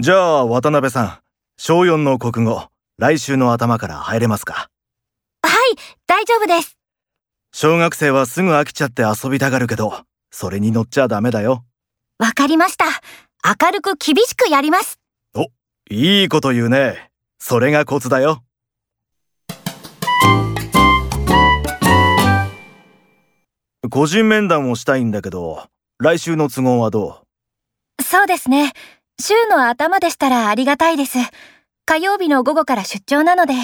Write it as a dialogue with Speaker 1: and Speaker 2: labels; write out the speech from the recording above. Speaker 1: じゃあ、渡辺さん、小4の国語、来週の頭から入れますか
Speaker 2: はい、大丈夫です。
Speaker 1: 小学生はすぐ飽きちゃって遊びたがるけど、それに乗っちゃダメだよ。
Speaker 2: わかりました。明るく厳しくやります。
Speaker 1: いいこと言うね。それがコツだよ。個人面談をしたいんだけど、来週の都合はど
Speaker 2: そうですね。週の頭でしたらありがたいです。火曜日の午後から出張なので。